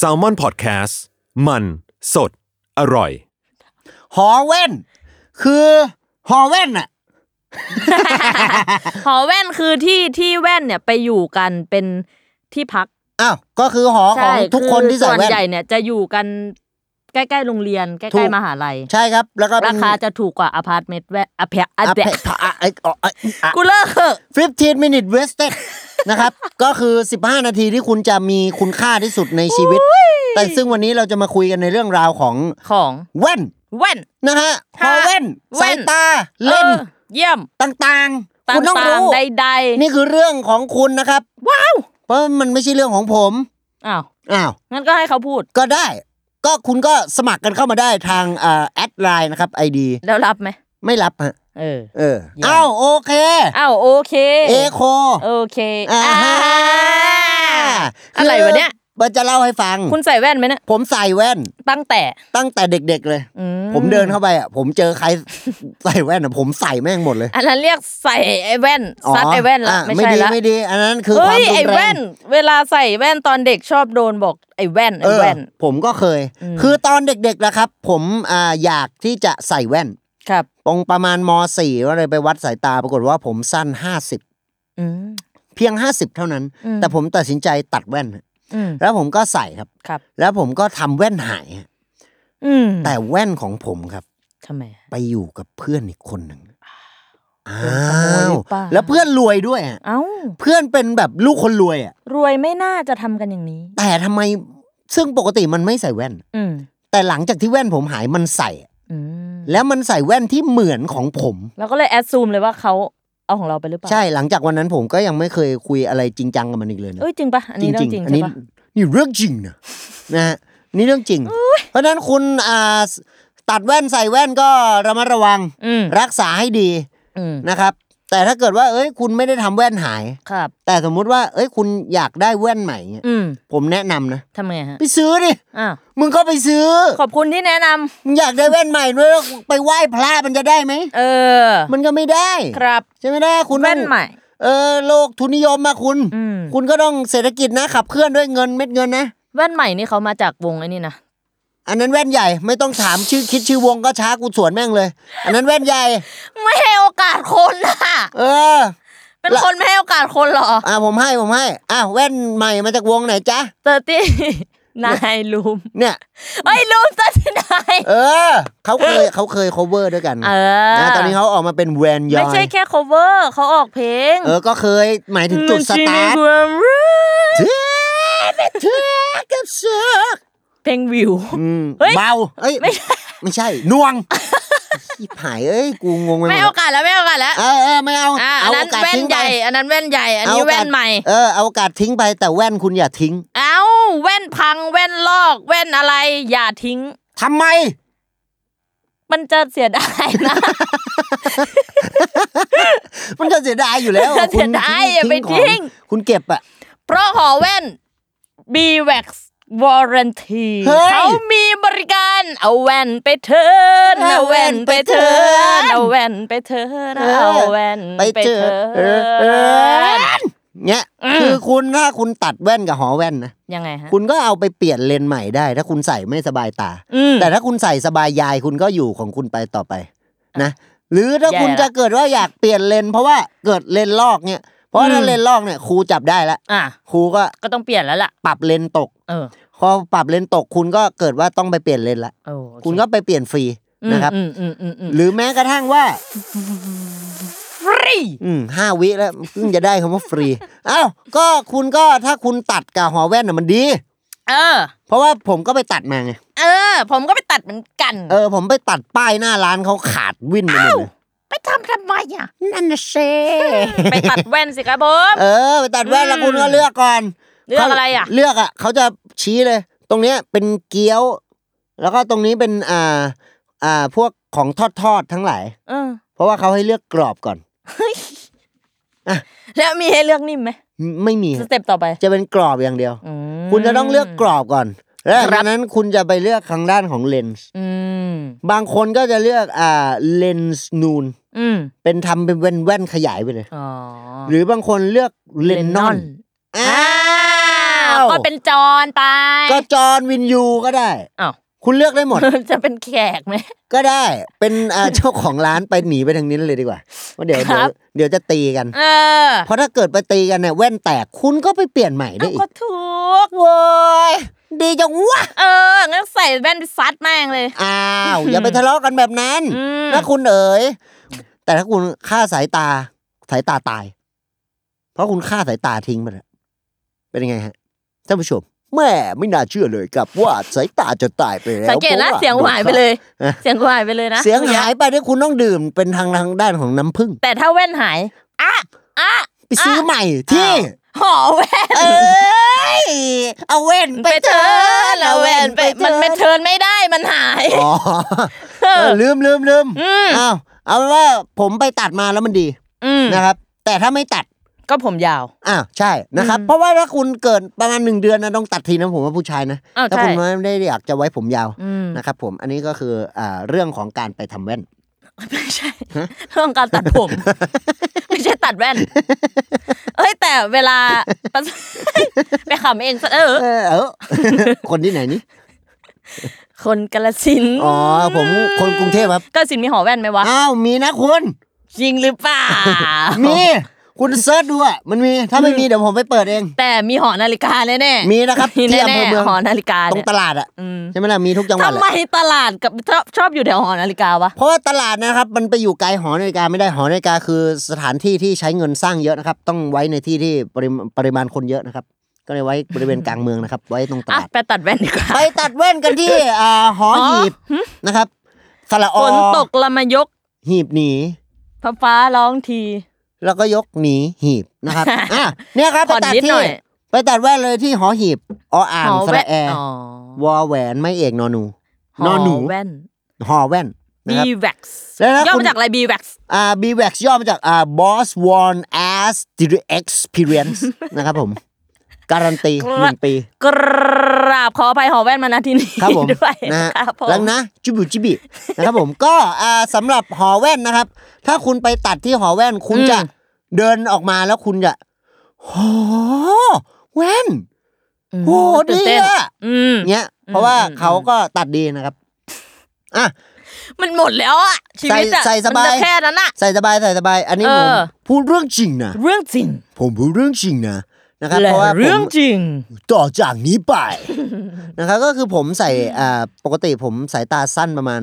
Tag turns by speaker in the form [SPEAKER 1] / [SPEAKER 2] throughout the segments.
[SPEAKER 1] s a l m o n PODCAST มันสดอร่อย
[SPEAKER 2] ฮอเว่นคือฮอเว่นอะ
[SPEAKER 3] หอแว่นคือที่ที่แว่นเนี่ยไปอยู่กันเป็นที่พัก
[SPEAKER 2] อ้าวก็คือหอของทุกคนที่ใส่
[SPEAKER 3] ส่วน
[SPEAKER 2] แว่น
[SPEAKER 3] ใหญ่เนี่ยจะอยู่กันใกล้ๆโรงเรียนใก
[SPEAKER 2] ถู
[SPEAKER 3] ล้
[SPEAKER 2] ก
[SPEAKER 3] ๆมหาลัย
[SPEAKER 2] ใช่ครับ แล้วก็เป็
[SPEAKER 3] ราน คาจะถูกกว่าอพาร์ตเมนต์แว่นอพา
[SPEAKER 2] อั
[SPEAKER 3] ร์
[SPEAKER 2] พ
[SPEAKER 3] ตเมน
[SPEAKER 2] เด
[SPEAKER 3] ต์
[SPEAKER 2] ท
[SPEAKER 3] กูเลิกเถอะ
[SPEAKER 2] ฟิฟทีนมินิทเวสเต็นะครับ ก็คือ 15 นาทีที่คุณจะมีคุณค่าที่สุดในชีวิต แต่ซึ่งวันนี้เราจะมาคุยกันในเรื่องราวของ
[SPEAKER 3] ของ
[SPEAKER 2] แว่น
[SPEAKER 3] แว่น
[SPEAKER 2] นะฮะฮอเว่น
[SPEAKER 3] แว่
[SPEAKER 2] สาย
[SPEAKER 3] น
[SPEAKER 2] ตาเล่น
[SPEAKER 3] ออเยี่ยม
[SPEAKER 2] ต่างๆ คุณต้อง
[SPEAKER 3] ต่าง
[SPEAKER 2] รู้
[SPEAKER 3] ๆใด
[SPEAKER 2] นี่คือเรื่องของคุณนะครับ
[SPEAKER 3] ๆว้าว
[SPEAKER 2] เพราะมันไม่ใช่เรื่องของผม
[SPEAKER 3] อ้าว
[SPEAKER 2] อ้าว
[SPEAKER 3] งั้นก็ให้เขาพูด
[SPEAKER 2] ก็ได้ ก็คุณก็สมัครกันเข้ามาได้ทางเอ่อแอดไลน์นะครับไอดี
[SPEAKER 3] แล้วรับไหม
[SPEAKER 2] ไม่รับฮะ
[SPEAKER 3] เออ
[SPEAKER 2] เออ
[SPEAKER 3] เยี่ยม
[SPEAKER 2] อ้าวโอเค
[SPEAKER 3] อ้าวโอเค
[SPEAKER 2] เอโค
[SPEAKER 3] โอเค
[SPEAKER 2] อ่าฮะ
[SPEAKER 3] อะไรวะเนี่ย
[SPEAKER 2] มันจะเล่าให้ฟัง
[SPEAKER 3] คุณใส่แว่นไหมเนี่ย
[SPEAKER 2] ผมใส่แว่น
[SPEAKER 3] ตั้งแต่
[SPEAKER 2] ตั้งแต่เด็กๆเลย
[SPEAKER 3] อื
[SPEAKER 2] ผมเดินเข้าไปอ่ะผมเจอใคร ใส่แว่นอ่ะผมใส่แม่งหมดเลย
[SPEAKER 3] อันนั้นเรียกใส่ไอ้แว่นซัดไอ้แว่นละ
[SPEAKER 2] ะ
[SPEAKER 3] ไม่
[SPEAKER 2] ไม่
[SPEAKER 3] ใช่
[SPEAKER 2] ดี
[SPEAKER 3] ละ
[SPEAKER 2] ไม่ดี อันนั้นคือควา
[SPEAKER 3] เฮ้
[SPEAKER 2] ม
[SPEAKER 3] ย
[SPEAKER 2] รุ
[SPEAKER 3] ไอ้
[SPEAKER 2] นแร
[SPEAKER 3] แว่
[SPEAKER 2] ง
[SPEAKER 3] น เวลาใส่แว่นตอนเด็กชอบโดนบอกไอ้แว่น
[SPEAKER 2] เอ
[SPEAKER 3] ไอ้
[SPEAKER 2] อ
[SPEAKER 3] แว่น
[SPEAKER 2] ผมก็เคย
[SPEAKER 3] อืม
[SPEAKER 2] คือตอนเด็กๆนะครับ ผมอ่าอยากที่จะใส่แว่น
[SPEAKER 3] ครับ
[SPEAKER 2] ตรงประมาณม .4 ก็เลยไปวัดสายตาปรากฏว่าผมสั้น
[SPEAKER 3] อืม
[SPEAKER 2] 50 เพียง 50 เท่านั้น
[SPEAKER 3] อืม
[SPEAKER 2] แต่ผมตัดสินใจตัดแว่นฮะ
[SPEAKER 3] อืม
[SPEAKER 2] แล้วผมก็ใส่ครับ
[SPEAKER 3] ครับ
[SPEAKER 2] แล้วผมก็ทำแว่นหายฮะ
[SPEAKER 3] อืม
[SPEAKER 2] แต่แว่นของผมครับ
[SPEAKER 3] ทำไม
[SPEAKER 2] ไปอยู่กับเพื่อนอีกคนหนึ่งอ้า
[SPEAKER 3] โดนขโมยห
[SPEAKER 2] ว
[SPEAKER 3] รือเปล่า
[SPEAKER 2] แล้วเพื่อนรวยด้วยฮะ
[SPEAKER 3] เอ้า
[SPEAKER 2] เพื่อนเป็นแบบลูกคนรวยอ่ะ
[SPEAKER 3] รวยไม่น่าจะทำกันอย่างนี้
[SPEAKER 2] แต่ทำไมซึ่งปกติมันไม่ใส่แว่น
[SPEAKER 3] อืม
[SPEAKER 2] แต่หลังจากที่แว่นผมหายมันใส่อะ
[SPEAKER 3] อืม
[SPEAKER 2] แล้วมันใส่แว่นที่เหมือนของผม
[SPEAKER 3] เราก็เลยแอดซูมเลยว่าเขาเอาของเราไปหรือเปล่า
[SPEAKER 2] ใช่หลังจากวันนั้นผมก็ยังไม่เคยคุยอะไรจริงจังกับมันอีกเลยนะ
[SPEAKER 3] เอ้ยจริงปะอันนี้เรื่องจริง
[SPEAKER 2] อัน
[SPEAKER 3] ใช่
[SPEAKER 2] นี้
[SPEAKER 3] ปะ
[SPEAKER 2] นี่เรื่องจริง นะนะฮะนี่เรื่องจริง เพราะฉะนั้นคุณอ่าสตัดแว่นใส่แว่นก็ระมัดระวัง
[SPEAKER 3] อืม
[SPEAKER 2] รักษาให้ดี
[SPEAKER 3] อืม
[SPEAKER 2] นะครับ แต่ถ้าเกิดว่า เอ้ยคุณไม่ได้ทำแว่นหาย
[SPEAKER 3] ครับ
[SPEAKER 2] แต่สมมุติว่า เอ้ยคุณอยากได้แว่นใหม่เงี้ย
[SPEAKER 3] อืม
[SPEAKER 2] ผมแนะนำนะ
[SPEAKER 3] ทำไงฮะ
[SPEAKER 2] ไปซื้อดิ
[SPEAKER 3] อ้าว
[SPEAKER 2] มึงก็ไปซื้อ
[SPEAKER 3] ขอบคุณที่แนะน
[SPEAKER 2] มึงอยากได้แว่นใหม่ด้วยแล้วไปไหว้พระมันจะได้ไหม
[SPEAKER 3] ำเออ
[SPEAKER 2] มันก็ไม่ได้
[SPEAKER 3] ครับ
[SPEAKER 2] ใช่ไหมล่ะคุณ
[SPEAKER 3] แว่น
[SPEAKER 2] ต้อง
[SPEAKER 3] ใหม่
[SPEAKER 2] เออโลกทุนนิยมมาคุณ
[SPEAKER 3] อืม
[SPEAKER 2] คุณก็ต้องเศรษฐกิจนะขับเคลื่อนด้วยเงินเม็ดเงินนะ
[SPEAKER 3] แว่นใหม่นี่เขามาจากวงไอ้นี่นะ
[SPEAKER 2] อันนั้นแว่นใหญ่ไม่ต้องถามชื่อคิดชื่อวงก็ช้ากูสวนแม่งเลย อันนั้นแว่นใหญ่
[SPEAKER 3] ไม่ให้โอกาสคนน่ะ
[SPEAKER 2] เออ
[SPEAKER 3] เป็น
[SPEAKER 2] ละ
[SPEAKER 3] คนไม่ให้โอกาสคนเหรอ
[SPEAKER 2] อ่าผมให้ผมให้อ่ะแว่นใหม่มาจากวงไหนจ๊ะ
[SPEAKER 3] เตอร์ ตี้นายลู ม
[SPEAKER 2] เนี่ย
[SPEAKER 3] เอ้ยลูมเตอร์ตี้นาย
[SPEAKER 2] เออเขาเคยเขาเคย cover ด้วยกัน
[SPEAKER 3] เออ
[SPEAKER 2] นะตอนนี้เขาออกมาเป็นแวนยอ
[SPEAKER 3] ไม่ใช่
[SPEAKER 2] ย
[SPEAKER 3] แค่ cover เขาออกเพลง
[SPEAKER 2] เออก็เคยหมายถึงจุดสตาร์ทเธอเป็นเธอกับเสือก
[SPEAKER 3] เพลงวิว
[SPEAKER 2] อืม
[SPEAKER 3] เฮ้ย
[SPEAKER 2] เบาเอ้ย
[SPEAKER 3] ไม่ใช่
[SPEAKER 2] ไม่ใช่นวงขี้ผายเอ้ยกูงงไปหมด
[SPEAKER 3] ไม่ให้โอกาสแล้วไม่ให้โอกาสแล้ว
[SPEAKER 2] เออเออไม่เอา
[SPEAKER 3] อ่าอั
[SPEAKER 2] เอา
[SPEAKER 3] น
[SPEAKER 2] โอ
[SPEAKER 3] นั้น
[SPEAKER 2] กาส
[SPEAKER 3] แว่น
[SPEAKER 2] ทิ้ง
[SPEAKER 3] ให
[SPEAKER 2] ไป
[SPEAKER 3] ญ่ อันนั้นแว่นใหญ่ อัน
[SPEAKER 2] เอา
[SPEAKER 3] นี้
[SPEAKER 2] โอกาส
[SPEAKER 3] แว่นใหม่
[SPEAKER 2] เออเอาโอกาสทิ้งไปแต่แว่นคุณอย่าทิ้ง
[SPEAKER 3] เอ้าแว่นพังแว่นลอกแว่นอะไรอย่าทิ้ง
[SPEAKER 2] ทำไม
[SPEAKER 3] มันจะเสียดายนะ
[SPEAKER 2] มันจะเสียดายอยู่แล้ว
[SPEAKER 3] มันเสียดายอย่าไป
[SPEAKER 2] คุณ
[SPEAKER 3] ทิ้ง
[SPEAKER 2] ของคุณเก็บอะ
[SPEAKER 3] เพราะหอแว่น b w a x Warranty
[SPEAKER 2] เฮ้ย
[SPEAKER 3] เขามีบริการเอาแว่นไปเทิร์น
[SPEAKER 2] เอา
[SPEAKER 3] เอา
[SPEAKER 2] แว่
[SPEAKER 3] แว่
[SPEAKER 2] น
[SPEAKER 3] น
[SPEAKER 2] ไป
[SPEAKER 3] ไป
[SPEAKER 2] เทิ
[SPEAKER 3] เทิ
[SPEAKER 2] ร์
[SPEAKER 3] ร์
[SPEAKER 2] น
[SPEAKER 3] นเอาแว่นไปเทิร์น
[SPEAKER 2] เออ
[SPEAKER 3] เอาแว่น
[SPEAKER 2] ไป
[SPEAKER 3] ไป
[SPEAKER 2] เจอ
[SPEAKER 3] เทิ
[SPEAKER 2] เออเอ
[SPEAKER 3] ร์น
[SPEAKER 2] อเนี่ย
[SPEAKER 3] อืม
[SPEAKER 2] คือคุณถ้าคุณตัดแว่นกับหอแว่นนะ
[SPEAKER 3] ยังไงฮะ
[SPEAKER 2] คุณก็เอาไปเปลี่ยนเลนส์ใหม่ได้ ถ้าคุณใส่ไม่สบายตา
[SPEAKER 3] อืม
[SPEAKER 2] แต่ถ้าคุณใส่สบายยายคุณก็อยู่ของคุณไปต่อไปนะหรือถ้า
[SPEAKER 3] แย่
[SPEAKER 2] คุณจะเกิดว่าอยากเปลี่ยนเลนส์เพราะว่าเกิดเลนส์ลอกเนี่ยเพราะ
[SPEAKER 3] อืม
[SPEAKER 2] ถ้าเลนส์ลอกเนี่ยครูจับได้แล้ว
[SPEAKER 3] อ่ะ
[SPEAKER 2] ครูก็
[SPEAKER 3] ก็ต้องเปลี่ยนแล้วล่ะ
[SPEAKER 2] ปรับเลนส์ตก
[SPEAKER 3] เออ
[SPEAKER 2] พอปรับเลนส์ตกคุณก็เกิดว่าต้องไปเปลี่ยนเลนส์ละ
[SPEAKER 3] โอเ
[SPEAKER 2] คุณก็ไปเปลี่ยนฟรี
[SPEAKER 3] อืม
[SPEAKER 2] นะครับ
[SPEAKER 3] อืมอืมอืมอืม
[SPEAKER 2] หรือแม้กระทั่งว่า
[SPEAKER 3] ฟรี
[SPEAKER 2] อืมห้าวิแล้วเพิ่งจะได้คำว่าฟรี อ้าวก็คุณก็ถ้าคุณตัดกับหอแว่นน่ะมันดี
[SPEAKER 3] เออ
[SPEAKER 2] เพราะว่าผมก็ไปตัดมาไง
[SPEAKER 3] เออ ผมก็ไปตัดเหมือนกัน
[SPEAKER 2] เออ ผมไปตัดป้ายหน้าร้านเขาขาดวิ่นไปหมดเลย
[SPEAKER 3] ไปทำทำไมอ่ะ
[SPEAKER 2] นั่นนะเซ
[SPEAKER 3] ไปตัดแว่นสิครับผม
[SPEAKER 2] เออ ไปตัดแว่นแล้ว
[SPEAKER 3] อืม
[SPEAKER 2] คุณก็เลือกก่อน
[SPEAKER 3] เลือกอะไรอ่ะ
[SPEAKER 2] เลือกอ่ะเขาจะชี้เลย ตรงเนี้ยเป็นเกี๊ยว แล้วก็ตรงนี้เป็นอ่าอ่าพวกของทอดทอดๆทั้งหลาย
[SPEAKER 3] เออ
[SPEAKER 2] เพราะว่าเขาให้เลือกกรอบก่อน
[SPEAKER 3] แล้วมีให้เลือกนิ่มไหม
[SPEAKER 2] ไม่มี
[SPEAKER 3] สเต็ปต่อไป
[SPEAKER 2] จะเป็นกรอบอย่างเดียว
[SPEAKER 3] อืม
[SPEAKER 2] คุณจะต้องเลือกกรอบก่อน แล้วหลังจากนั้นคุณจะไปเลือกทางด้านของเลนส์
[SPEAKER 3] อืม
[SPEAKER 2] บางคนก็จะเลือกอ่าเลนส์นูน
[SPEAKER 3] อืม
[SPEAKER 2] เป็นทำเป็นแว่นแว่นๆขยายไปเลย
[SPEAKER 3] อ๋อ
[SPEAKER 2] หรือบางคนเลือกเลนนอนอ้า
[SPEAKER 3] อ้าว
[SPEAKER 2] ว
[SPEAKER 3] ก็เป็นจอนไป
[SPEAKER 2] ก็จอห์นวินยูก็ได้
[SPEAKER 3] อ้าว
[SPEAKER 2] คุณเลือกได้หมด
[SPEAKER 3] จะเป็นแขกไหม
[SPEAKER 2] ก็ได้เป็นอ่า เจ้าของร้านไปหนีไปทางนี้เลยดีกว่าว่าะเดี๋ยว
[SPEAKER 3] ค
[SPEAKER 2] เดี๋
[SPEAKER 3] รั
[SPEAKER 2] ยว
[SPEAKER 3] บ
[SPEAKER 2] เดี๋ยวจะตีกัน
[SPEAKER 3] เออ
[SPEAKER 2] เพราะถ้าเกิดไปตีกันเนี่ยแว่นแตกคุณก็ไปเปลี่ยนใหม่ได้
[SPEAKER 3] เอา
[SPEAKER 2] อี
[SPEAKER 3] ก็
[SPEAKER 2] ก
[SPEAKER 3] ถูก
[SPEAKER 2] โว้ยดีจังวะ
[SPEAKER 3] เออ งั้นใส่แว่นไปซัดแม่งเลย
[SPEAKER 2] อ้าวอย่าไปทะเลาะกันแบบนั้น
[SPEAKER 3] อืม
[SPEAKER 2] นะคุณเอ๋ยแต่ถ้าคุณฆ่าสายตาสายตาตาย เพราะคุณฆ่าสายตาทิ้งไปแล้วเป็นยังไงฮะท่านผู้ชมแม่ไม่น่าเชื่อเลยกับว่าสายตาจะตายไปแล้ว
[SPEAKER 3] สังเกต
[SPEAKER 2] พรา
[SPEAKER 3] นะ
[SPEAKER 2] ว่า
[SPEAKER 3] เสียงหายไปเลย เสียงหายไปเลยนะ
[SPEAKER 2] เสียงหายไปที่ยคุณต้องดื่มเป็นทางทางด้านของน้ำผึ้ง
[SPEAKER 3] แต่ถ้าแว่นหายอ่ะอ่ะ
[SPEAKER 2] ไปซื้อใหม่ที่
[SPEAKER 3] ห่อแว่น
[SPEAKER 2] เอ้ย เอาแว่นไป
[SPEAKER 3] ไป
[SPEAKER 2] เถ
[SPEAKER 3] เทิ
[SPEAKER 2] อะ
[SPEAKER 3] ร์นเอาแว่นไปมันไม่
[SPEAKER 2] เถอะ
[SPEAKER 3] เทิร์นไม่ได้มันหาย
[SPEAKER 2] อ๋อ
[SPEAKER 3] เอ
[SPEAKER 2] เอ
[SPEAKER 3] อ
[SPEAKER 2] อลืมลืมลืม
[SPEAKER 3] อืม
[SPEAKER 2] อ้าวเอาเป็นว่าผมไปตัดมาแล้วมันดี
[SPEAKER 3] อืม
[SPEAKER 2] นะครับ แต่ถ้าไม่ตัด
[SPEAKER 3] ก็ผมยาว
[SPEAKER 2] อ้าวใช่นะครับ
[SPEAKER 3] อืม
[SPEAKER 2] เพราะว่าถ้าคุณเกิดประมาณหนึ่งเดือนนะต้องตัดทีนะผมว่าผู้ชายนะ
[SPEAKER 3] อ้าว
[SPEAKER 2] ถ้า
[SPEAKER 3] ใช่
[SPEAKER 2] คุณไม่ได้อยากจะไว้ผมยาว
[SPEAKER 3] อืม
[SPEAKER 2] นะครับ ผมอันนี้ก็คืออ่าเรื่องของการไปทำแว่น
[SPEAKER 3] ไม่ใช่เรื่องการตัดผม ไม่ใช่ตัดแว่นเอ้ยแต่เวลา ไปขำเองซะเออ
[SPEAKER 2] เออเออ คนที่ไหนนี่
[SPEAKER 3] คนกาลสินธุ์
[SPEAKER 2] อ๋อผมคนกรุงเทพครับ
[SPEAKER 3] กาลสินธุ์มีหอแว่นไหมวะ
[SPEAKER 2] อ้าวมีนะคุณ
[SPEAKER 3] จริงหรือเปล่า
[SPEAKER 2] มี คุณเซิร์ชดูอ่ะมันมีถ้าไม่มีเดี๋ยวผมไปเปิดเอง
[SPEAKER 3] แต่มีหอนาฬิกาแน่แน่ๆ
[SPEAKER 2] มีนะครับ
[SPEAKER 3] มี
[SPEAKER 2] ที่อำ
[SPEAKER 3] แน่แน่
[SPEAKER 2] เภอเมือง
[SPEAKER 3] หอนาฬิกา
[SPEAKER 2] ตร
[SPEAKER 3] เนี่
[SPEAKER 2] ง
[SPEAKER 3] ย
[SPEAKER 2] ตลาดอ่ะ
[SPEAKER 3] อืม
[SPEAKER 2] ใช่ไหมล่ะมีทุกจังหวัด
[SPEAKER 3] ทำ
[SPEAKER 2] แห
[SPEAKER 3] ไม
[SPEAKER 2] ละ
[SPEAKER 3] ตลาดกับชอบชอบอยู่แถวหอนาฬิกาวะ
[SPEAKER 2] เพราะว่าตลาดนะครับ มันไปอยู่ไกลหอนาฬิกาไม่ได้หอนาฬิกาคือสถานที่ที่ใช้เงินสร้างเยอะนะครับ ต้องไว้ในที่ที่ปริมปริมาณคนเยอะนะครับ ก็เลยไว้บริเวณกลางเมืองนะครับ ไว้ตรงต
[SPEAKER 3] อ่ะ
[SPEAKER 2] ลาด
[SPEAKER 3] ไปตัดแว่นดีกว่า
[SPEAKER 2] ไปตัดแว่นกันที่อ่าหอหีบนะครับสระอ
[SPEAKER 3] ฝ
[SPEAKER 2] อน
[SPEAKER 3] ตกละมายก
[SPEAKER 2] หีบหนี
[SPEAKER 3] พระฟ้าร้องที
[SPEAKER 2] แล้วก็ยกหนีหีบนะครับอ่ะ เนี่ยครับไป
[SPEAKER 3] ผ่อน
[SPEAKER 2] ตัด
[SPEAKER 3] นิดห
[SPEAKER 2] ที่
[SPEAKER 3] น่อย
[SPEAKER 2] ไปตัดแว่นเลยที่หอหีบออ่าง
[SPEAKER 3] หอ
[SPEAKER 2] ส
[SPEAKER 3] แว่
[SPEAKER 2] ระ
[SPEAKER 3] น
[SPEAKER 2] แอร์
[SPEAKER 3] อ๋อ
[SPEAKER 2] วอแหวนไม่เอกนอหนู นอหนู
[SPEAKER 3] แว่น
[SPEAKER 2] หอแว่นนะ
[SPEAKER 3] b ี
[SPEAKER 2] ครับ
[SPEAKER 3] แว็กซ์
[SPEAKER 2] แล้วถ้า
[SPEAKER 3] ย่อ
[SPEAKER 2] คุณ
[SPEAKER 3] มาจากอะไร b ีแว็กซ์
[SPEAKER 2] อ่า b w a x ย่อมาจากอ่า Boss Worn As Experience นะครับผม การันตีหนึ่งปี
[SPEAKER 3] กราบขออภัยหอแว่นมาณที่นี้
[SPEAKER 2] ครับผม
[SPEAKER 3] ด้วย
[SPEAKER 2] นะฮะ
[SPEAKER 3] ครับผม
[SPEAKER 2] หลังนะจิบุจิบินะครับ ผม ก็อ่าสำหรับหอแว่นนะครับ ถ้าคุณไปตัดที่หอแว่น คุณจะเดินออกมาแล้วคุณจะโหแว่น
[SPEAKER 3] อืม
[SPEAKER 2] โห
[SPEAKER 3] ตื่
[SPEAKER 2] ดี
[SPEAKER 3] นเต้น
[SPEAKER 2] อะ
[SPEAKER 3] อืม
[SPEAKER 2] เงี้ย
[SPEAKER 3] อืม
[SPEAKER 2] เพราะว่า
[SPEAKER 3] อืม
[SPEAKER 2] เขาก็ตัดดีนะครับอ่ะ
[SPEAKER 3] มันหมดแล้วอะชีวิตอะ
[SPEAKER 2] ใส่ใส่สบาย
[SPEAKER 3] มันจะแค่นั้นอะ
[SPEAKER 2] ใส่สบายใส่สบาย อันนี้ผม
[SPEAKER 3] เออ
[SPEAKER 2] พูดเรื่องจริงนะ
[SPEAKER 3] เรื่องจริง
[SPEAKER 2] ผมพูดเรื่องจริงนะนะครับ
[SPEAKER 3] และ
[SPEAKER 2] เพราะว่าผม
[SPEAKER 3] เรื่องจริง
[SPEAKER 2] ต่อจากนี้ไป นะครับก็คือผมใส่อ่าปกติผมสายตาสั้นประมาณ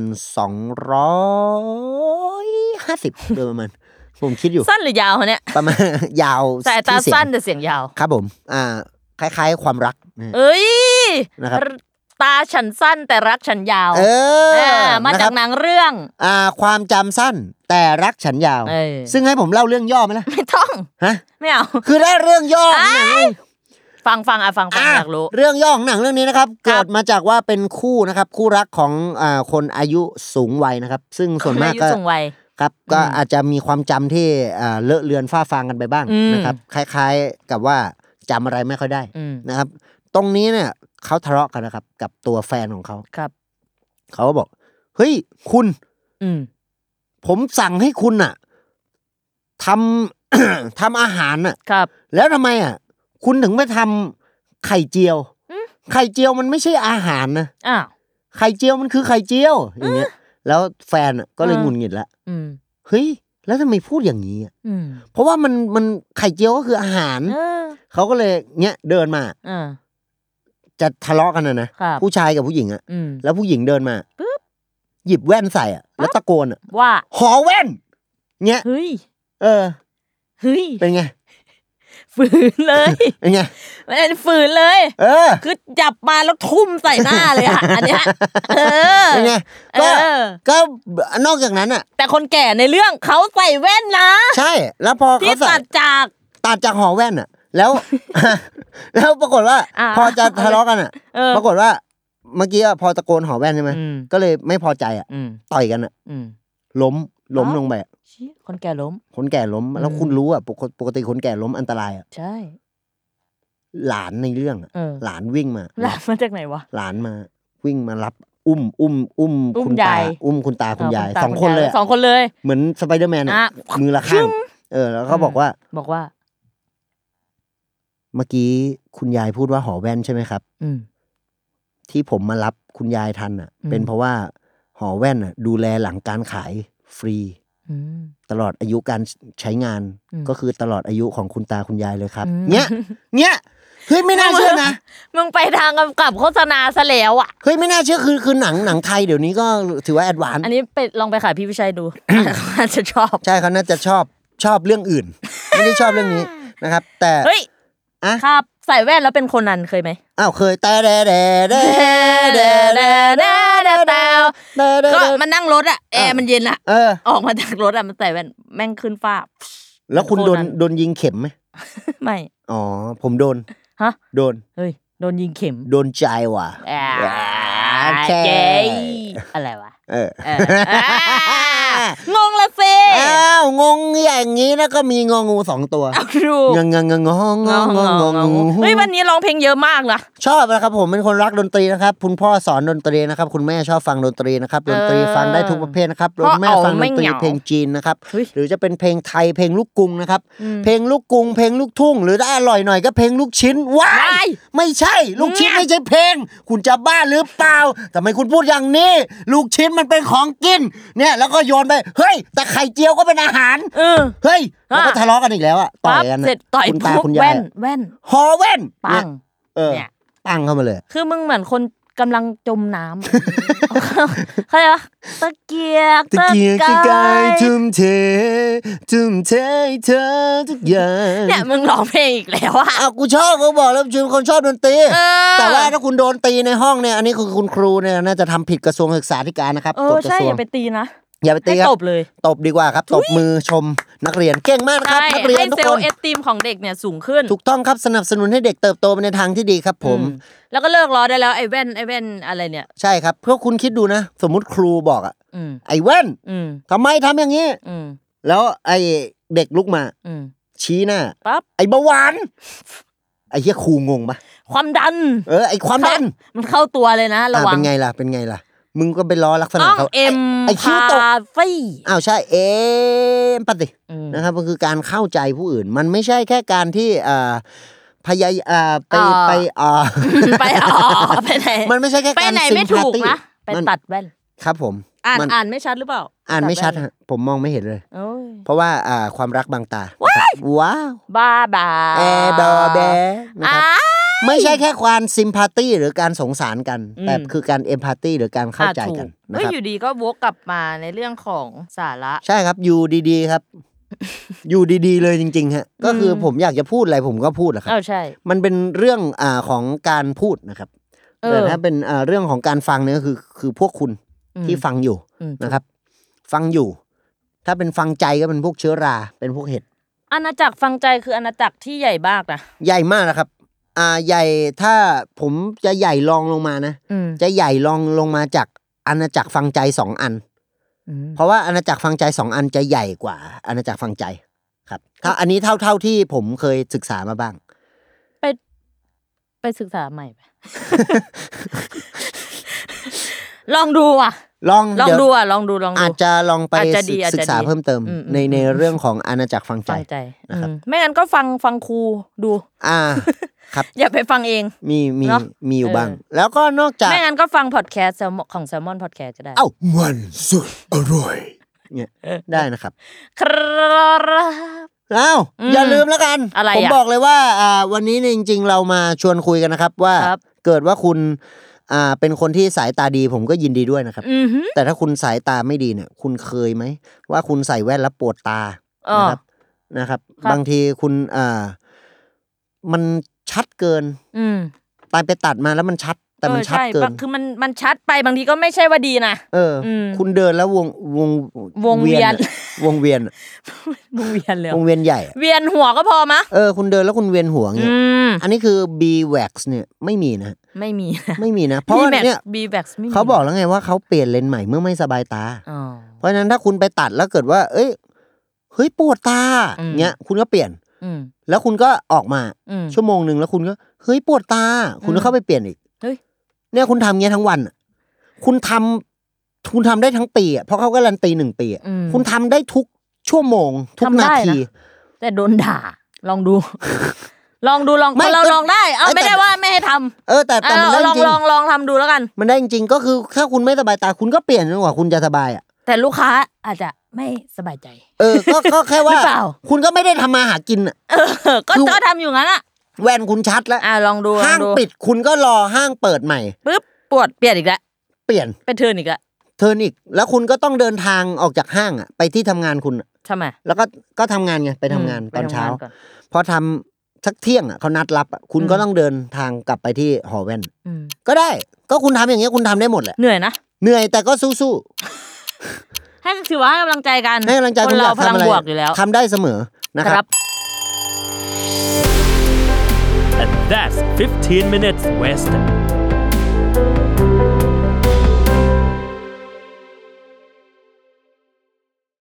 [SPEAKER 2] 250โดยประมาณ ผมคิดอยู่
[SPEAKER 3] สั้นหรือยาวคะเนี่ย
[SPEAKER 2] ประมาณ ยาว
[SPEAKER 3] สายตา
[SPEAKER 2] ที่เง
[SPEAKER 3] สั้นแต่เสียงยาว
[SPEAKER 2] ครับผมอ่าคล้ายๆความรักนะ
[SPEAKER 3] เอ้ย
[SPEAKER 2] นะครับ
[SPEAKER 3] ตาฉันสั้นแต่รักฉันยาว
[SPEAKER 2] เออ
[SPEAKER 3] อมา
[SPEAKER 2] นะค
[SPEAKER 3] จา
[SPEAKER 2] รั
[SPEAKER 3] ก
[SPEAKER 2] บ
[SPEAKER 3] หนังเรื่อง
[SPEAKER 2] อ่าความจำสั้นแต่รักฉันยาว
[SPEAKER 3] เออ
[SPEAKER 2] ซึ่งให้ผมเล่าเรื่องย่อไหมล่ะ
[SPEAKER 3] ไม่ต้อง
[SPEAKER 2] ฮะ
[SPEAKER 3] ไม่เอา
[SPEAKER 2] คือได้เรื่องย่อของหนังเลย
[SPEAKER 3] ฟังฟังอ่ะฟังฟัง
[SPEAKER 2] อ่ะ
[SPEAKER 3] อยากรู้
[SPEAKER 2] เรื่องย่อของหนังเรื่องนี้นะครับ
[SPEAKER 3] ครับ
[SPEAKER 2] เกิดมาจากว่าเป็นคู่นะครับ คู่รักของอ่าคนอายุสูงวัยนะครับ ซึ่งส่วนมาก
[SPEAKER 3] คนอายุ
[SPEAKER 2] ก็
[SPEAKER 3] สูงวัย
[SPEAKER 2] ครับก็
[SPEAKER 3] อืม
[SPEAKER 2] อาจจะมีความจำที่อ่าเลอะเลือนฝ้าฟางกันไปบ้าง
[SPEAKER 3] อืม
[SPEAKER 2] นะครับ คล้ายๆกับว่าจำอะไรไม่ค่อยได้
[SPEAKER 3] อืม
[SPEAKER 2] นะครับ ตรงนี้เนี่ยเขาทะเลาะกันนะครับ กับตัวแฟนของเขา
[SPEAKER 3] ครับ
[SPEAKER 2] เขาก็บอกเฮ้ยคุณ
[SPEAKER 3] อืม
[SPEAKER 2] ผมสั่งให้คุณอะทำ ทำอาหารอะ
[SPEAKER 3] ครับ
[SPEAKER 2] แล้วทำไมอ่ะ คุณถึงไปทำไข่เจียว
[SPEAKER 3] อืม
[SPEAKER 2] ไข่เจียวมันไม่ใช่อาหารนะ
[SPEAKER 3] อ้าว
[SPEAKER 2] ไข่เจียวมันคือไข่เจียวอย่างเงี้ย แล้วแฟนอ่ะก็เลยหงุนหงิดละ
[SPEAKER 3] อืม
[SPEAKER 2] เฮ้ย แล้วทำไมพูดอย่างนี้อ่ะ
[SPEAKER 3] อืม
[SPEAKER 2] เพราะว่ามันมันไข่เจียวก็คืออาหาร
[SPEAKER 3] เออ
[SPEAKER 2] เขาก็เลยเนี้ยเดินมา
[SPEAKER 3] อ่า
[SPEAKER 2] จะทะเลาะกันนะนะ
[SPEAKER 3] ครับ
[SPEAKER 2] ผู้ชายกับผู้หญิงอ่ะ
[SPEAKER 3] อืม
[SPEAKER 2] แล้วผู้หญิงเดินมาหยิบแว่นใส่อ่ะ แล้วตะโกนอ่ะ
[SPEAKER 3] ว่า
[SPEAKER 2] หอแว่น เนี้ย
[SPEAKER 3] เฮ้ย
[SPEAKER 2] เออ
[SPEAKER 3] เฮ้ย
[SPEAKER 2] เป็นไง
[SPEAKER 3] ฝืนเลย
[SPEAKER 2] เป็นไง
[SPEAKER 3] มันฝืนเลย
[SPEAKER 2] เออ
[SPEAKER 3] คือจับมาแล้วทุ่มใส่หน้าเลยอ่ะ อันเนี้ยเออ
[SPEAKER 2] เป็นไง
[SPEAKER 3] เอ
[SPEAKER 2] ก็
[SPEAKER 3] อ
[SPEAKER 2] ก็นอกจากนั้นอ่ะ
[SPEAKER 3] แต่คนแก่ในเรื่องเขาใส่แว่นนะ
[SPEAKER 2] ใช่ แล้วพอ
[SPEAKER 3] ที่
[SPEAKER 2] เขาใส่
[SPEAKER 3] ตัดจาก
[SPEAKER 2] ตัดจากหอแว่นอ่ะ แล้ว แล้วปรากฏว่า
[SPEAKER 3] อ่า
[SPEAKER 2] พอจะทะเลาะกันอ่ะ
[SPEAKER 3] เออ
[SPEAKER 2] ปรากฏว่าเมื่อกี้อะพอตะโกนหอแว่นใช่ไหม
[SPEAKER 3] อืม
[SPEAKER 2] ก็เลยไม่พอใจอ่ะ
[SPEAKER 3] อืม
[SPEAKER 2] ต่อยกันอ่ะ
[SPEAKER 3] อืม
[SPEAKER 2] ล้มล้ม
[SPEAKER 3] อ๋อ
[SPEAKER 2] ลงไปอะ
[SPEAKER 3] ชี้คนแก่ล้ม
[SPEAKER 2] คนแก่ล้ม แล้ว
[SPEAKER 3] อืม
[SPEAKER 2] คุณรู้อ่ะปกติปกติคนแก่ล้มอันตรายอ่ะ
[SPEAKER 3] ใช่
[SPEAKER 2] หลานในเรื่องอ่ะ
[SPEAKER 3] เออ
[SPEAKER 2] หลานวิ่งมา
[SPEAKER 3] หลานมาจากไหนวะ
[SPEAKER 2] หลานมา วิ่งมารับ อุ้มอุ้มอุ้ม
[SPEAKER 3] อุ้ม
[SPEAKER 2] คุณตาย
[SPEAKER 3] าย
[SPEAKER 2] อุ้มคุณตาคุณยาย
[SPEAKER 3] เต
[SPEAKER 2] สองคนเลยอะ
[SPEAKER 3] สองคนเลย
[SPEAKER 2] เหมือนสไปเดอร์แมนอะ
[SPEAKER 3] อ่ะ
[SPEAKER 2] มือละ
[SPEAKER 3] ชึ่
[SPEAKER 2] ข้าง
[SPEAKER 3] ม
[SPEAKER 2] เออ แล้วเขาบอกว่า
[SPEAKER 3] บอกว่า
[SPEAKER 2] เมื่อกี้คุณยายพูดว่าหอแว่นใช่ไหมครับ
[SPEAKER 3] อืม
[SPEAKER 2] ที่ผมมารับคุณยายทันอ่ะ
[SPEAKER 3] อืม
[SPEAKER 2] เป็นเพราะว่าหอแว่นอ่ะ ดูแลหลังการขายฟรี
[SPEAKER 3] อืม
[SPEAKER 2] ตลอดอายุการใช้งาน
[SPEAKER 3] อืม
[SPEAKER 2] ก็คือตลอดอายุของคุณตาคุณยายเลยครับ
[SPEAKER 3] อืม
[SPEAKER 2] เนี้ยเนี้ยเฮ้ยไม่น่าเชื่อ นะ
[SPEAKER 3] มึงไปทางกำกับโฆษณาซะแล้วอ่ะ
[SPEAKER 2] เฮ้ยไม่น่าเชื่อคือคือหนังหนังไทยเดี๋ยวนี้ก็ถือว่าแอดวานซ์
[SPEAKER 3] อันนี้ไปลองไปขายพี่วิ ชัยดู อาจจะชอบ
[SPEAKER 2] ใช่เขาน่าจะชอบชอบเรื่องอื่น ไม่ได้ชอบเรื่องนี้ นะครับ แต่
[SPEAKER 3] เฮ้ย
[SPEAKER 2] อ่ะ
[SPEAKER 3] ครับใส่แว่นแล้วเป็นคนนั้นเคยไหม
[SPEAKER 2] อ้าวเคยแต่แต่แต่แต่แต่ แต่แต่
[SPEAKER 3] ก็
[SPEAKER 2] แต่
[SPEAKER 3] มันนั่งรถอะแอ
[SPEAKER 2] เออ
[SPEAKER 3] ร์มันเย็นอะ
[SPEAKER 2] เออ
[SPEAKER 3] ออกมาจากรถอะมันใส่แว่นแม่งขึ้นฟ้า
[SPEAKER 2] แล้วคุณโดน
[SPEAKER 3] โคนัน
[SPEAKER 2] โดนยิงเข็มไหม
[SPEAKER 3] ไม่
[SPEAKER 2] อ๋อ ผมโดน
[SPEAKER 3] ฮะ
[SPEAKER 2] โดน
[SPEAKER 3] เฮ้ยโดนยิงเข็ม
[SPEAKER 2] โดนใจว่ะ
[SPEAKER 3] อ่า
[SPEAKER 2] โอเค
[SPEAKER 3] เจ๊ยอะไรวะ
[SPEAKER 2] เออ
[SPEAKER 3] เอออ่างงละสิ
[SPEAKER 2] อ้าวงงอย่างนี้แล้วก็มีงองูสองตัว
[SPEAKER 3] เอาดู
[SPEAKER 2] งงงงงงงงงงงง
[SPEAKER 3] เฮ้ยวันนี้ร้องเพลงเยอะมากนะ
[SPEAKER 2] ชอบนะครับผมเป็นคนรักดนตรีนะครับ คุณพ่อสอนดนตรีนะครับ คุณแม่ชอบฟังดนตรีนะครับ ดนตรี
[SPEAKER 3] เออ
[SPEAKER 2] ฟังได้ทุกประเภทนะครับ
[SPEAKER 3] พ่อ
[SPEAKER 2] คุณแม่ฟังดนตรี
[SPEAKER 3] เอาไม่เหงา
[SPEAKER 2] เพลงจีนนะครับ
[SPEAKER 3] เฮ้ย
[SPEAKER 2] หรือจะเป็นเพลงไทยเพลงลูกกรุงนะครับ
[SPEAKER 3] อืม
[SPEAKER 2] เพลงลูกกรุง เพลงลูกทุ่ง หรือถ้าอร่อยหน่อยก็เพลงลูกชิ้นว้า
[SPEAKER 3] ว้าย ย
[SPEAKER 2] ไม่ใช่ ลูกชิ้นไม่ใช่เพลง คุณจะบ้าหรือเปล่าทำไมคุณพูดอย่างนี้ ลูกชิ้นมันเป็นของกิน เนี่ยแล้วก็โยนไปเฮ้ย แต่ไข่เจียวก็เป็นอาหาร
[SPEAKER 3] เออ
[SPEAKER 2] เฮ้ย
[SPEAKER 3] อ่ะ
[SPEAKER 2] แล้วก็ทะเลาะกันอีกแล้วอ่ะต่อยกันอะ
[SPEAKER 3] ปั๊บเสร็จต่อย
[SPEAKER 2] คุณตา
[SPEAKER 3] ปุ๊บ
[SPEAKER 2] คุณยา
[SPEAKER 3] แว่
[SPEAKER 2] ย
[SPEAKER 3] น
[SPEAKER 2] อะ
[SPEAKER 3] แว่น
[SPEAKER 2] ฮอเว่น
[SPEAKER 3] ปั
[SPEAKER 2] เนี่ย
[SPEAKER 3] ง
[SPEAKER 2] เออ
[SPEAKER 3] เนี่ย
[SPEAKER 2] ปังเข้ามาเลย
[SPEAKER 3] คือมึงเหมือนคนกำลังจมน้ ำ เข้าใจปะตะเกียก
[SPEAKER 2] ตะเกียกตะกายทุ่มเททุ่มเทให้เธอทุกอย่าง
[SPEAKER 3] เนี่ยมึงร้องเพลงอีกแล้วอะ
[SPEAKER 2] อ้าวกูชอบเขาบอกแล้วจุนคนชอบดนตรี
[SPEAKER 3] เออ
[SPEAKER 2] แต่ว่าถ้าคุณโดนตีในห้องเนี่ย อันนี้คือคุณครูเนี่ยน่าจะทำผิดกระทรวงศึกษาธิการนะครับ
[SPEAKER 3] เอก อ
[SPEAKER 2] ฎก
[SPEAKER 3] ใช่
[SPEAKER 2] ระทรว
[SPEAKER 3] อง ย่าไปตีนะ
[SPEAKER 2] อย่าไปตี
[SPEAKER 3] ให้
[SPEAKER 2] ครั
[SPEAKER 3] ต
[SPEAKER 2] บ
[SPEAKER 3] บเลย
[SPEAKER 2] ตบดีกว่าครับ ตบมือชมนักเรียนเก่งมากนะครับ
[SPEAKER 3] ใช่
[SPEAKER 2] นักเรียน
[SPEAKER 3] ให้
[SPEAKER 2] ทุก
[SPEAKER 3] เซล
[SPEAKER 2] คน
[SPEAKER 3] ล์เอสตีมของเด็กเนี่ยสูงขึ้น
[SPEAKER 2] ถูกต้องครับสนับสนุนให้เด็กเติบโตไปในทางที่ดีครับผม
[SPEAKER 3] อืม แล้วก็เลิกล้อได้แล้วไอ้แว่นไอ้แว่นอะไรเนี่ย
[SPEAKER 2] ใช่ครับ เพราะคุณคิดดูนะ สมมุติครูบอกอะ
[SPEAKER 3] อืม
[SPEAKER 2] ไอ้แว่น
[SPEAKER 3] อืม
[SPEAKER 2] ทำไมทำอย่างนี้
[SPEAKER 3] อืม
[SPEAKER 2] แล้วไอ้เด็กลุกมา
[SPEAKER 3] อืม
[SPEAKER 2] ชี้หน้า
[SPEAKER 3] ปั๊บ
[SPEAKER 2] ไอ้เบาหวานไอ้เหี้ยครูงงปะ
[SPEAKER 3] ความดัน
[SPEAKER 2] เออไอ้ความดัน
[SPEAKER 3] มันเข้าตัวเลยนะ ระ
[SPEAKER 2] อ่ะ
[SPEAKER 3] วั
[SPEAKER 2] เป็
[SPEAKER 3] ง
[SPEAKER 2] นไงล่ะเป็นไงล่ะ มึงก็ไปล้อลักษณะ
[SPEAKER 3] ต้อง
[SPEAKER 2] เขา
[SPEAKER 3] เอ็ม
[SPEAKER 2] ไอ้คิ้วตก
[SPEAKER 3] พาฟี่
[SPEAKER 2] อ้าวใช่เอ็มปฏิ
[SPEAKER 3] อืม
[SPEAKER 2] นะครับก็คือการเข้าใจผู้อื่น มันไม่ใช่แค่การที่เอ่อพยายเอ่อไป
[SPEAKER 3] อ่า
[SPEAKER 2] ไปเอ่อ
[SPEAKER 3] ไปอ๋อไปไหน
[SPEAKER 2] มันไม่ใช่แค่
[SPEAKER 3] ไป
[SPEAKER 2] การ
[SPEAKER 3] ไหนไม่ถูก
[SPEAKER 2] sympathy
[SPEAKER 3] นะไป
[SPEAKER 2] มัน
[SPEAKER 3] ตัดแว่น
[SPEAKER 2] ครับผม
[SPEAKER 3] อ่าน
[SPEAKER 2] มัน
[SPEAKER 3] อ่านไม่ชัดหรือเปล่า
[SPEAKER 2] อ่านไม่ชัด
[SPEAKER 3] ตัแว่
[SPEAKER 2] ฮะผมมองไม่เห็นเลย
[SPEAKER 3] โอ้ย
[SPEAKER 2] เพราะว่าอ่าความรักบางตาว้าว
[SPEAKER 3] บ้าบา
[SPEAKER 2] แอบอแบนะครับ
[SPEAKER 3] อ้า
[SPEAKER 2] ไม่ใช่แค่ความซิมพ a ต h y หรือการสงสารกัน
[SPEAKER 3] อืม
[SPEAKER 2] แต่คือการเอมพ t ต y หรือการเข้าใจกัน
[SPEAKER 3] ถู
[SPEAKER 2] นะ
[SPEAKER 3] เฮ้ย
[SPEAKER 2] ครับ
[SPEAKER 3] อยู่ดีก็วกกลับมาในเรื่องของสาระ
[SPEAKER 2] ใช่ครับอยู่ดีๆครับ อยู่ดีๆเลยจริงๆฮะก็คืออ
[SPEAKER 3] ม
[SPEAKER 2] ผมอยากจะพูดอะไรผมก็พูดแหละครับ
[SPEAKER 3] เอ้าใช่
[SPEAKER 2] มันเป็นเรื่องอาของการพูดนะครับ
[SPEAKER 3] เออ
[SPEAKER 2] แต่ถ้าเป็นอ่าเรื่องของการฟังเนี่ยก็คือคือพวกคุณ
[SPEAKER 3] อืม
[SPEAKER 2] ที่ฟังอยู่
[SPEAKER 3] อืม
[SPEAKER 2] นะครับ ฟังอยู่ ถ้าเป็นฟังใจก็เป็นพวกเชื้อรา เป็นพวกเห็ด
[SPEAKER 3] อาณาจักรฟังใจคืออาณาจักรที่ใหญ่มากนะ
[SPEAKER 2] ใหญ่มากนะครับ อ่าใหญ่ถ้าผมจะใหญ่รองลงมานะ
[SPEAKER 3] อืม
[SPEAKER 2] จะใหญ่รองลงมาจากอาณาจักรฟังใจสองอัน เพราะว่าอาณาจักรฟังใจสองอันจะใหญ่กว่าอาณาจักรฟังใจครับถ้าอันนี้เท่าเท่าที่ผมเคยศึกษามาบ้าง
[SPEAKER 3] ไป ไปศึกษาใหม่ไป ลองดูอ่ะ
[SPEAKER 2] ลอง
[SPEAKER 3] ลอง
[SPEAKER 2] เดี๋ยว
[SPEAKER 3] ดูอ่ะลองดูลองดู
[SPEAKER 2] อาจจะลองไป
[SPEAKER 3] อาจจะดี
[SPEAKER 2] ศึกษา
[SPEAKER 3] อาจจะดี
[SPEAKER 2] เพิ่มเติม
[SPEAKER 3] อืมอืม
[SPEAKER 2] ในใน
[SPEAKER 3] อืม
[SPEAKER 2] เรื่องของอาณาจักรฟังใจ
[SPEAKER 3] ฟังใจ
[SPEAKER 2] นะครับ
[SPEAKER 3] อืมไม่งั้นก็ฟังฟังครูดู
[SPEAKER 2] อ่า
[SPEAKER 3] อย่าไปฟังเอง
[SPEAKER 2] มีมี
[SPEAKER 3] เนอะ
[SPEAKER 2] มีอยู่
[SPEAKER 3] เออ
[SPEAKER 2] บ้าง แล้วก็นอกจาก
[SPEAKER 3] ไม่งั้นก็ฟังพอดแคสต์ของแซลมอนพอดแคสต์ก็ได้
[SPEAKER 2] เอ้ามันสุดอร่อยเนี่ยได้นะครับ
[SPEAKER 3] ครับ
[SPEAKER 2] เอ้า
[SPEAKER 3] อืม
[SPEAKER 2] อย่าลืมแล้วกัน
[SPEAKER 3] อะไรอ่ะ
[SPEAKER 2] ผมบอกเลยว่าอ่าวันนี้เนี่ยจริง ๆ เรามาชวนคุยกันนะครับ ว่า
[SPEAKER 3] ครับ
[SPEAKER 2] เกิดว่าคุณอ่าเป็นคนที่สายตาดีผมก็ยินดีด้วยนะครับ
[SPEAKER 3] อือหือ
[SPEAKER 2] แต่ถ้าคุณสายตาไม่ดีเนี่ย คุณเคยไหมว่าคุณใส่แว่นแล้วปวดตา
[SPEAKER 3] อ๋อ
[SPEAKER 2] นะครับ นะครับ
[SPEAKER 3] ครับ
[SPEAKER 2] บางทีคุณอ่ามันชัดเกิน
[SPEAKER 3] อืม
[SPEAKER 2] ตายไปตัดมาแล้วมันชัด แต่มันชัด
[SPEAKER 3] ออใ
[SPEAKER 2] เกิน
[SPEAKER 3] คือมันมันชัดไปบางทีก็ไม่ใช่ว่าดี นะ
[SPEAKER 2] เอออ
[SPEAKER 3] ม
[SPEAKER 2] คุณเดินแล้ววงวง
[SPEAKER 3] วงเวียน
[SPEAKER 2] อะวงเวียนอะ
[SPEAKER 3] มึงเวียนเลยว
[SPEAKER 2] งเวียนใหญ่อะ
[SPEAKER 3] เวียนหัวก็พอมะ
[SPEAKER 2] เออ คุณเดินแล้วคุณเวียนหัวเงี้ย
[SPEAKER 3] อืม
[SPEAKER 2] อันนี้คือ B wax เนี่ยไม่มีนะ
[SPEAKER 3] ไม่มีนะ
[SPEAKER 2] ไม่มีนะ เพราะว่าเนี่ย
[SPEAKER 3] บีแบ็กไม่มี
[SPEAKER 2] เขาบอกแล้วไงว่าเขาเปลี่ยนเลนส์ใหม่เมื่อไม่สบายตา
[SPEAKER 3] อ๋อ
[SPEAKER 2] เพราะฉะนั้นถ้าคุณไปตัดแล้วเกิดว่า เอ้ยเฮ้ยปวดตา
[SPEAKER 3] อืม
[SPEAKER 2] เงี้ยคุณก็เปลี่ยน
[SPEAKER 3] อืม
[SPEAKER 2] แล้วคุณก็ออกมา
[SPEAKER 3] อืม
[SPEAKER 2] ชั่วโมงหนึ่งแล้วคุณก็เฮ้ยปวดตา คุณก็เข้าไปเปลี่ยนอีก
[SPEAKER 3] เฮ้ย
[SPEAKER 2] เนี่ยคุณทำเงี้ยทั้งวันอะคุณทำคุณทำได้ทั้งปีอะเพราะเขาการันตีหนึ่งปีอะ
[SPEAKER 3] อืม
[SPEAKER 2] คุณทำได้ทุกชั่วโมง ทุก
[SPEAKER 3] ทำได้
[SPEAKER 2] นาที
[SPEAKER 3] นะ แต่โดนด่า ล องดู ลองดูลอง
[SPEAKER 2] ไม่
[SPEAKER 3] เรา
[SPEAKER 2] ก็
[SPEAKER 3] ลองได้เอา
[SPEAKER 2] ไอ้
[SPEAKER 3] ไม่
[SPEAKER 2] แต่
[SPEAKER 3] ได้ว่าไม่ให้ทำ
[SPEAKER 2] เออแต่แต่มัน
[SPEAKER 3] เอา
[SPEAKER 2] ได้
[SPEAKER 3] ลอง
[SPEAKER 2] จริง
[SPEAKER 3] ลองลองทำดูแล้วกัน
[SPEAKER 2] มันได้จริงก็คือถ้าคุณไม่สบายตาคุณก็เปลี่ยนจนกว่าคุณจะสบายอ่ะ
[SPEAKER 3] แต่ลูกค้าอาจจะไม่สบายใจ
[SPEAKER 2] เออก็ก็ก็แค่ว่า
[SPEAKER 3] หรือเปล่า
[SPEAKER 2] คุณก็ไม่ได้ทำมาหากินอ่ะ
[SPEAKER 3] เออ ก็
[SPEAKER 2] คือ
[SPEAKER 3] ก็ทำอยู่งั้นอ่ะ
[SPEAKER 2] แวนคุณชัดแล้ว
[SPEAKER 3] อ่าลองดูลอ
[SPEAKER 2] ห้าง
[SPEAKER 3] งดู
[SPEAKER 2] ปิดคุณก็รอห้างเปิดใหม่
[SPEAKER 3] ปึ๊บปวดเปลี่ยนอีกแล้ว
[SPEAKER 2] เปลี่ยน
[SPEAKER 3] เป็นเทิร์นอีกแล้ว
[SPEAKER 2] เทิร์นอีก แล้วคุณก็ต้องเดินทางออกจากห้างอ่ะไปที่ทำงานคุณอะ
[SPEAKER 3] ทำไม
[SPEAKER 2] แล้วก็ก็ทำงานไงไปทำงาน
[SPEAKER 3] ม
[SPEAKER 2] ตอนเช้า
[SPEAKER 3] ไปทำงก่อน
[SPEAKER 2] พอทำสักเที่ยงอ่ะเขานัดรับอะคุณ
[SPEAKER 3] อืม
[SPEAKER 2] ก็ต้องเดินทางกลับไปที่หอแว่น
[SPEAKER 3] อืม
[SPEAKER 2] ก็ได้ก็คุณทำอย่างเงี้ยคุณทำได้หมดแหละ
[SPEAKER 3] เหนื่อยนะ
[SPEAKER 2] เหนื่อยแต่ก็สู้ๆ
[SPEAKER 3] ให้ถือว่าให้กำลังใจกัน
[SPEAKER 2] ให้กำลังใจ
[SPEAKER 3] ค
[SPEAKER 2] คุ
[SPEAKER 3] น
[SPEAKER 2] ณอ
[SPEAKER 3] เรา
[SPEAKER 2] ยาก
[SPEAKER 3] พ
[SPEAKER 2] ทำ
[SPEAKER 3] ลั
[SPEAKER 2] อะ
[SPEAKER 3] ง
[SPEAKER 2] ไร
[SPEAKER 3] บวกอยู่แล้ว
[SPEAKER 2] ทำได้เสมอนะครับ
[SPEAKER 4] And that's 15 minutes west.